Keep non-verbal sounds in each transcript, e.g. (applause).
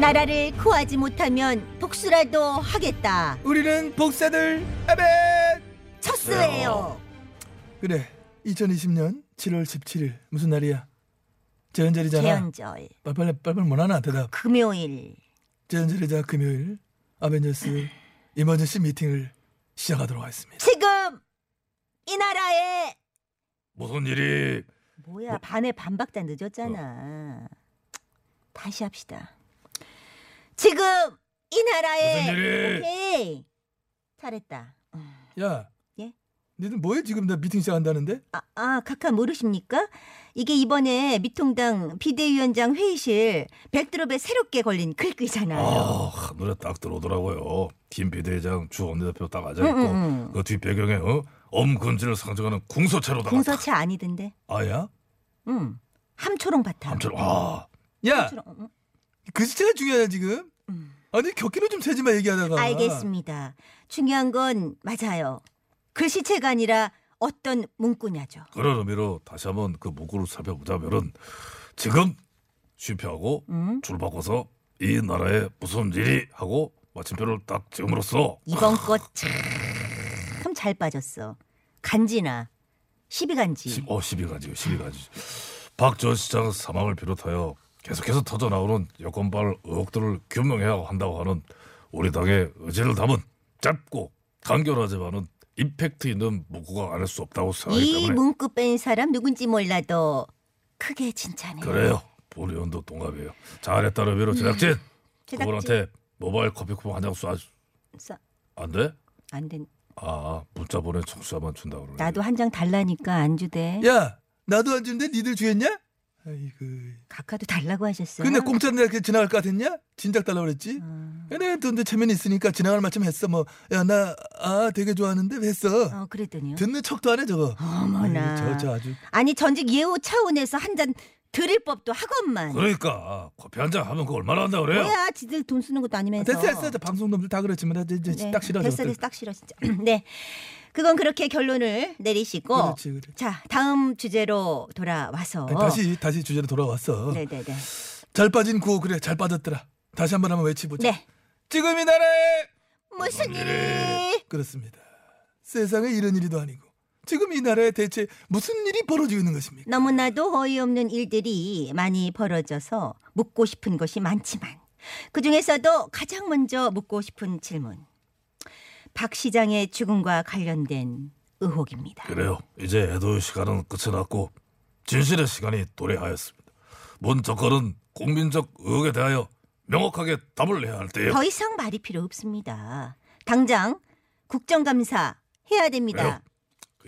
나라를 구하지 못하면 복수라도 하겠다. 우리는 복사들 아멘. 네. 어, 첫수예요. 그래. 2020년 7월 17일 무슨 날이야? 제헌절이잖아. 개연절 빨빨 빨빨 뭐하나 대답. 금요일 제헌절이자 금요일 아벤져스 이머전시 미팅을 시작하도록 하겠습니다. 지금 이 나라에 무슨 일이 뭐야 반에 반박자 어. 늦었잖아. 다시 합시다. 지금 이 나라에 무슨 일이? 오케이 잘했다. 음. 야. 예? 니들 뭐해 지금 나 미팅 시작한다는데? 아, 아, 카카 모르십니까? 이게 이번에 미통당 비대위원장 회의실 백드롭에 새롭게 걸린 글귀잖아요. 아 눈에 딱 들어오더라고요 김 비대장 주 원내대표 딱 응, 앉아있고 응, 응. 그 뒷배경에 어? 엄건진을 상징하는 궁서체로다가 공서체 아니던데. 딱- 아야? 응. 함초롱 바탕. 암처럼 아 야, 함초롱, 어, 응, 그 시체가 중요하냐 지금? 응. 아니 격기로 좀 세지 마 얘기하다가. 음. 어. 알겠습니다. 중요한 건 맞아요. 글씨체가 아니라 어떤 문구냐죠. 그런 의미로 다시 한번 그 문구를 살펴보자면은 지금 실패하고 응? 줄 바꿔서 이 나라에 무슨 일이 하고 마침표를 딱 찍음으로써 아. 이번 거참잘 빠졌어. 간지나. 시비간지. 시- 어 12가지요 12가지 박 전 시장 사망을 비롯하여 계속해서 터져나오는 여권발 의혹들을 규명해야 한다고 하는 우리 당의 의지를 담은 짧고 간결하지만은 임팩트 있는 문구가 아닐 수 없다고 생각하기 이 때문에 문구 뺀 사람 누군지 몰라도 크게 칭찬해. 그래요 우리 연도 동갑이에요 잘했다는 의미로 제작진 그분한테 모바일 커피 쿠폰 한장 쏴. 써- 안 돼? 안 된. 아 문자 보내 청취자만 준다 그러네 나도 한 장 달라니까 안 주대. 야, 나도 안 주는데 니들 주겠냐? 아이고. 각하도 달라고 하셨어요. 근데 공짜로 내가 이렇게 지나갈 것 같았냐? 진작 달라 그랬지? 음. 내가 근데 체면이 있으니까 지나갈 만큼 했어. 뭐, 야, 나, 아, 되게 좋아하는데 왜 했어? 어 그랬더니요. 듣는 척도 안 해, 저거. 어머나. 아이고, 저, 저 아주. 아니 전직 예우 차원에서 한 잔 드릴 법도 하건만. 그러니까 커피 한 잔 하면 그 얼마나 한다 그래요 뭐야, 지들 돈 쓰는 것도 아, 아니면서. 됐어, 됐어. 저 방송놈들 다 그렇지만, 나 이제 네, 딱 싫어. 됐어, 저것들. 됐어, 딱 싫어 진짜. (clears throat) 네, 그건 그렇게 결론을 내리시고. 그렇지, 그래. 자, 다음 주제로 돌아와서. 아니, 다시, 다시 주제로 돌아왔어. 어. 네, 네, 네. 잘 빠진 구호, 그래, 잘 빠졌더라. 다시 한번 한번 외치보자. 네. 지금 이 나라에! 무슨 일이? 그렇습니다. 세상에 이런 일이도 아니고. 지금 이 나라에 대체 무슨 일이 벌어지고 있는 것입니까? 너무나도 어이없는 일들이 많이 벌어져서 묻고 싶은 것이 많지만 그 중에서도 가장 먼저 묻고 싶은 질문 박 시장의 죽음과 관련된 의혹입니다. 그래요. 이제 애도의 시간은 끝이 났고 진실의 시간이 도래하였습니다. 문 정권은 국민적 의혹에 대하여 명확하게 답을 해야 할 때예요. 더 이상 말이 필요 없습니다. 당장 국정감사 해야 됩니다. 그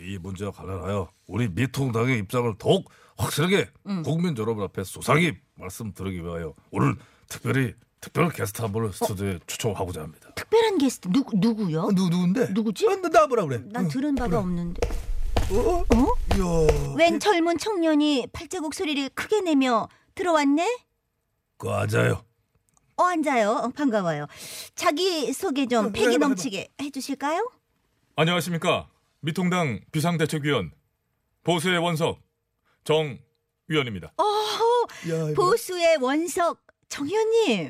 이 문제와 관련하여 우리 미통당의 입장을 더욱 확실하게 음. 국민 여러분 앞에 소상히 말씀드리기 위하여 오늘 특별히 특별 게스트 한 분을 스튜디오에 초청하고자 합니다. 특별한 게스트 누구 어, 어? 아, 누구요? 누, 누군데? 누구지? 어, 나, 나 보라 그래. 난 들은 바가 없는데. 어? 어? 이야. 웬 젊은 청년이 팔자국 소리를 크게 내며 들어왔네? 그 앉아요. 어 앉아요. 어, 반가워요. 자기 소개 어, 좀 패기 해봐, 넘치게 해주실까요? 안녕하십니까 미통당 비상대책위원 보수의 원석 정 위원입니다. 어, 야, 이거. 네, 보수의 원석 정현님.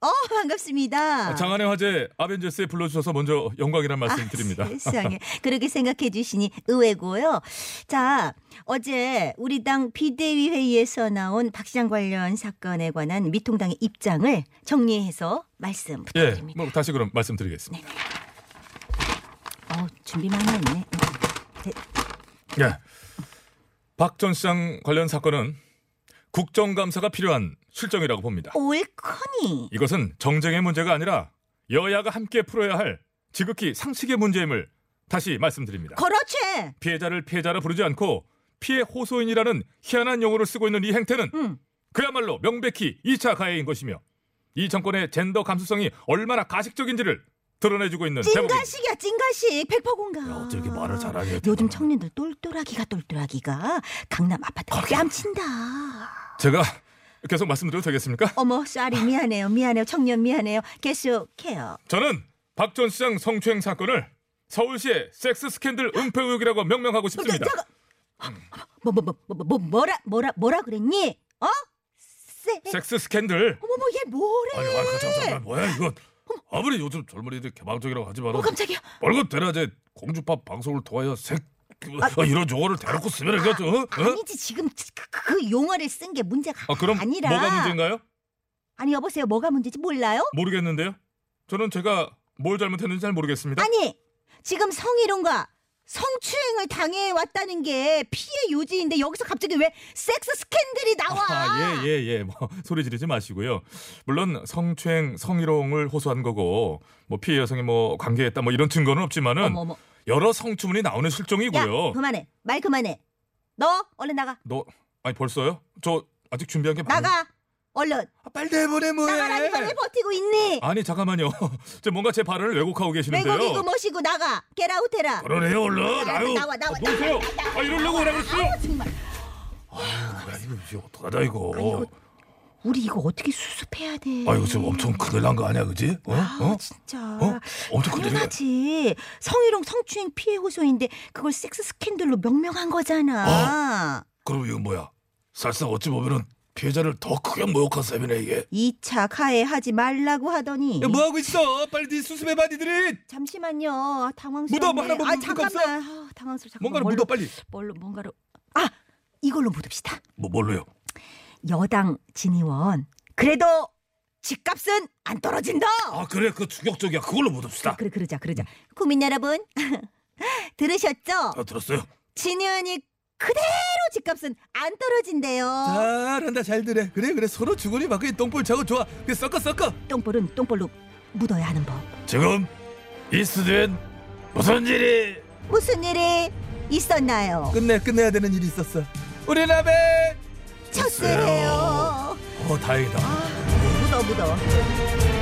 어 반갑습니다. 장안의 화제 아벤져스에 불러주셔서 먼저 영광이란 아, 말씀 드립니다. 아. 아, (laughs) 세상에 그렇게 생각해 주시니 의외고요. 자 어제 우리 당 비대위 회의에서 나온 박 시장 관련 사건에 관한 미통당의 입장을 정리해서 말씀 예, 부탁드립니다. 뭐 다시 그럼 말씀드리겠습니다. 어 준비 많이 했네. 예. 박 전 시장 관련 사건은 국정감사가 필요한 실정이라고 봅니다. 올커니 이것은 정쟁의 문제가 아니라 여야가 함께 풀어야 할 지극히 상식의 문제임을 다시 말씀드립니다. 걸어채. 피해자를 피해자라 부르지 않고 피해 호소인이라는 희한한 용어를 쓰고 있는 이 행태는 음. 그야말로 명백히 2차 가해인 것이며 이 정권의 젠더 감수성이 얼마나 가식적인지를 드러내주고 있는 대목입니다. 찐가식이야 찐가식 백퍼 공감. 야, 어쩜 이렇게 말을 잘하냐, 요즘 정말. 청년들 똘똘하기가 똘똘하기가 강남 아파트 뺨친다. 제가 계속 말씀드려도 되겠습니까? 어머, 쏘리 미안해요, 미안해요, 청년 미안해요. 계속해요. 저는 박 전 시장 성추행 사건을 서울시의 섹스 스캔들 은폐 의혹이라고 명명하고 싶습니다. 잠깐. 뭐 뭐 뭐 뭐 뭐 뭐라 뭐라 뭐라 그랬니? 어? 쎄. 섹스 스캔들 그, 어머머 얘 뭐래? 아니, 아니, 잠깐, 잠깐, 뭐야 이건? 아무리 요즘 젊은이들이 개방적이라고 하지만 어 깜짝이야. 벌금 대낮에 공주밥 방송을 통하여 색 아, 이런 용어를 대놓고 쓰면 이거 좀 어? 어? 아니지 지금 그, 그 용어를 쓴 게 문제가 아, 그럼 아니라. 뭐가 문제인가요? 아니 여보세요, 뭐가 문제지 몰라요? 모르겠는데요. 저는 제가 뭘 잘못했는지 잘 모르겠습니다. 아니 지금 성희롱과 성추행을 당해 왔다는 게 피해 요지인데 여기서 갑자기 왜 섹스 스캔들이 나와? 아, 예, 예, 예. 뭐, (laughs) 소리 지르지 마시고요. 물론, 성추행, 성희롱을 호소한 거고, 뭐, 피해 여성이 뭐, 관계했다, 뭐, 이런 증거는 없지만은, 어머 어머. 여러 성추문이 나오는 야 음. 실종이고요. 그만해, 말 그만해. 너 얼른 나가. 너, 아니, 벌써요? 저, 아직 준비한 게 많은- 나가 얼른 아, 빨리 해보래 뭐해. 나가라니까 왜 버티고 있니? 아니, 잠깐만요. (laughs) 저 뭔가 제 발언을 왜곡하고 계시는데요. 외국이고 그 뭐시고 나가 게라우테라 그러네요, 얼른. 아유, 나와 나와 아, 놓으세요. 아, 이러려고 오라 그랬어요. 아우, 정말 뭐야, 이거 이거 어떡하자 이거. 우리 이거 어떻게 수습해야 돼? 아, 이거 지금 엄청 큰일 난 거 아니야, 그지? 어? 아, 어? 진짜 어? 엄청 큰일이네. 당연하지 성희롱 성추행 피해 호소인데 그걸 섹스 스캔들로 명명한 거잖아 그럼 이건 뭐야? 사실상 어찌 보면은 피해자를 더 크게 모욕한 셈이네 이게. 이 2차 가해하지 말라고 하더니 야, 뭐 하고 있어? 빨리 네 수습해봐 니들이. 잠시만요 당황스럽네 묻어, 뭐 하나 뭐 아 묻을 거 없어? 잠깐만 아, 당황스러워 잠깐만. 뭔가를 묻어 빨리. 뭘로 뭔가로 아 이걸로 묻읍시다 뭐 뭘로요? 여당 진의원 그래도 집값은 안 떨어진다. 아 그래 그 충격적이야. 그걸로 묻읍시다. 그래 그러자 그러자. 국민 여러분 (laughs) 들으셨죠? 아, 들었어요? 진의원이 그대로 집값은 안 떨어진대요. 잘한다 잘들해. 그래 그래 서로 주거니 받거니 똥볼 차고 좋아. 그래 섞어 섞어. 똥볼은 똥볼로 묻어야 하는 법. 지금 이 스튜디오엔 무슨 일이? 무슨 일이 있었나요? 끝내 끝내야 되는 일이 있었어. 우리 라벨. 첫째예요. 어 다행이다. 묻어 묻어.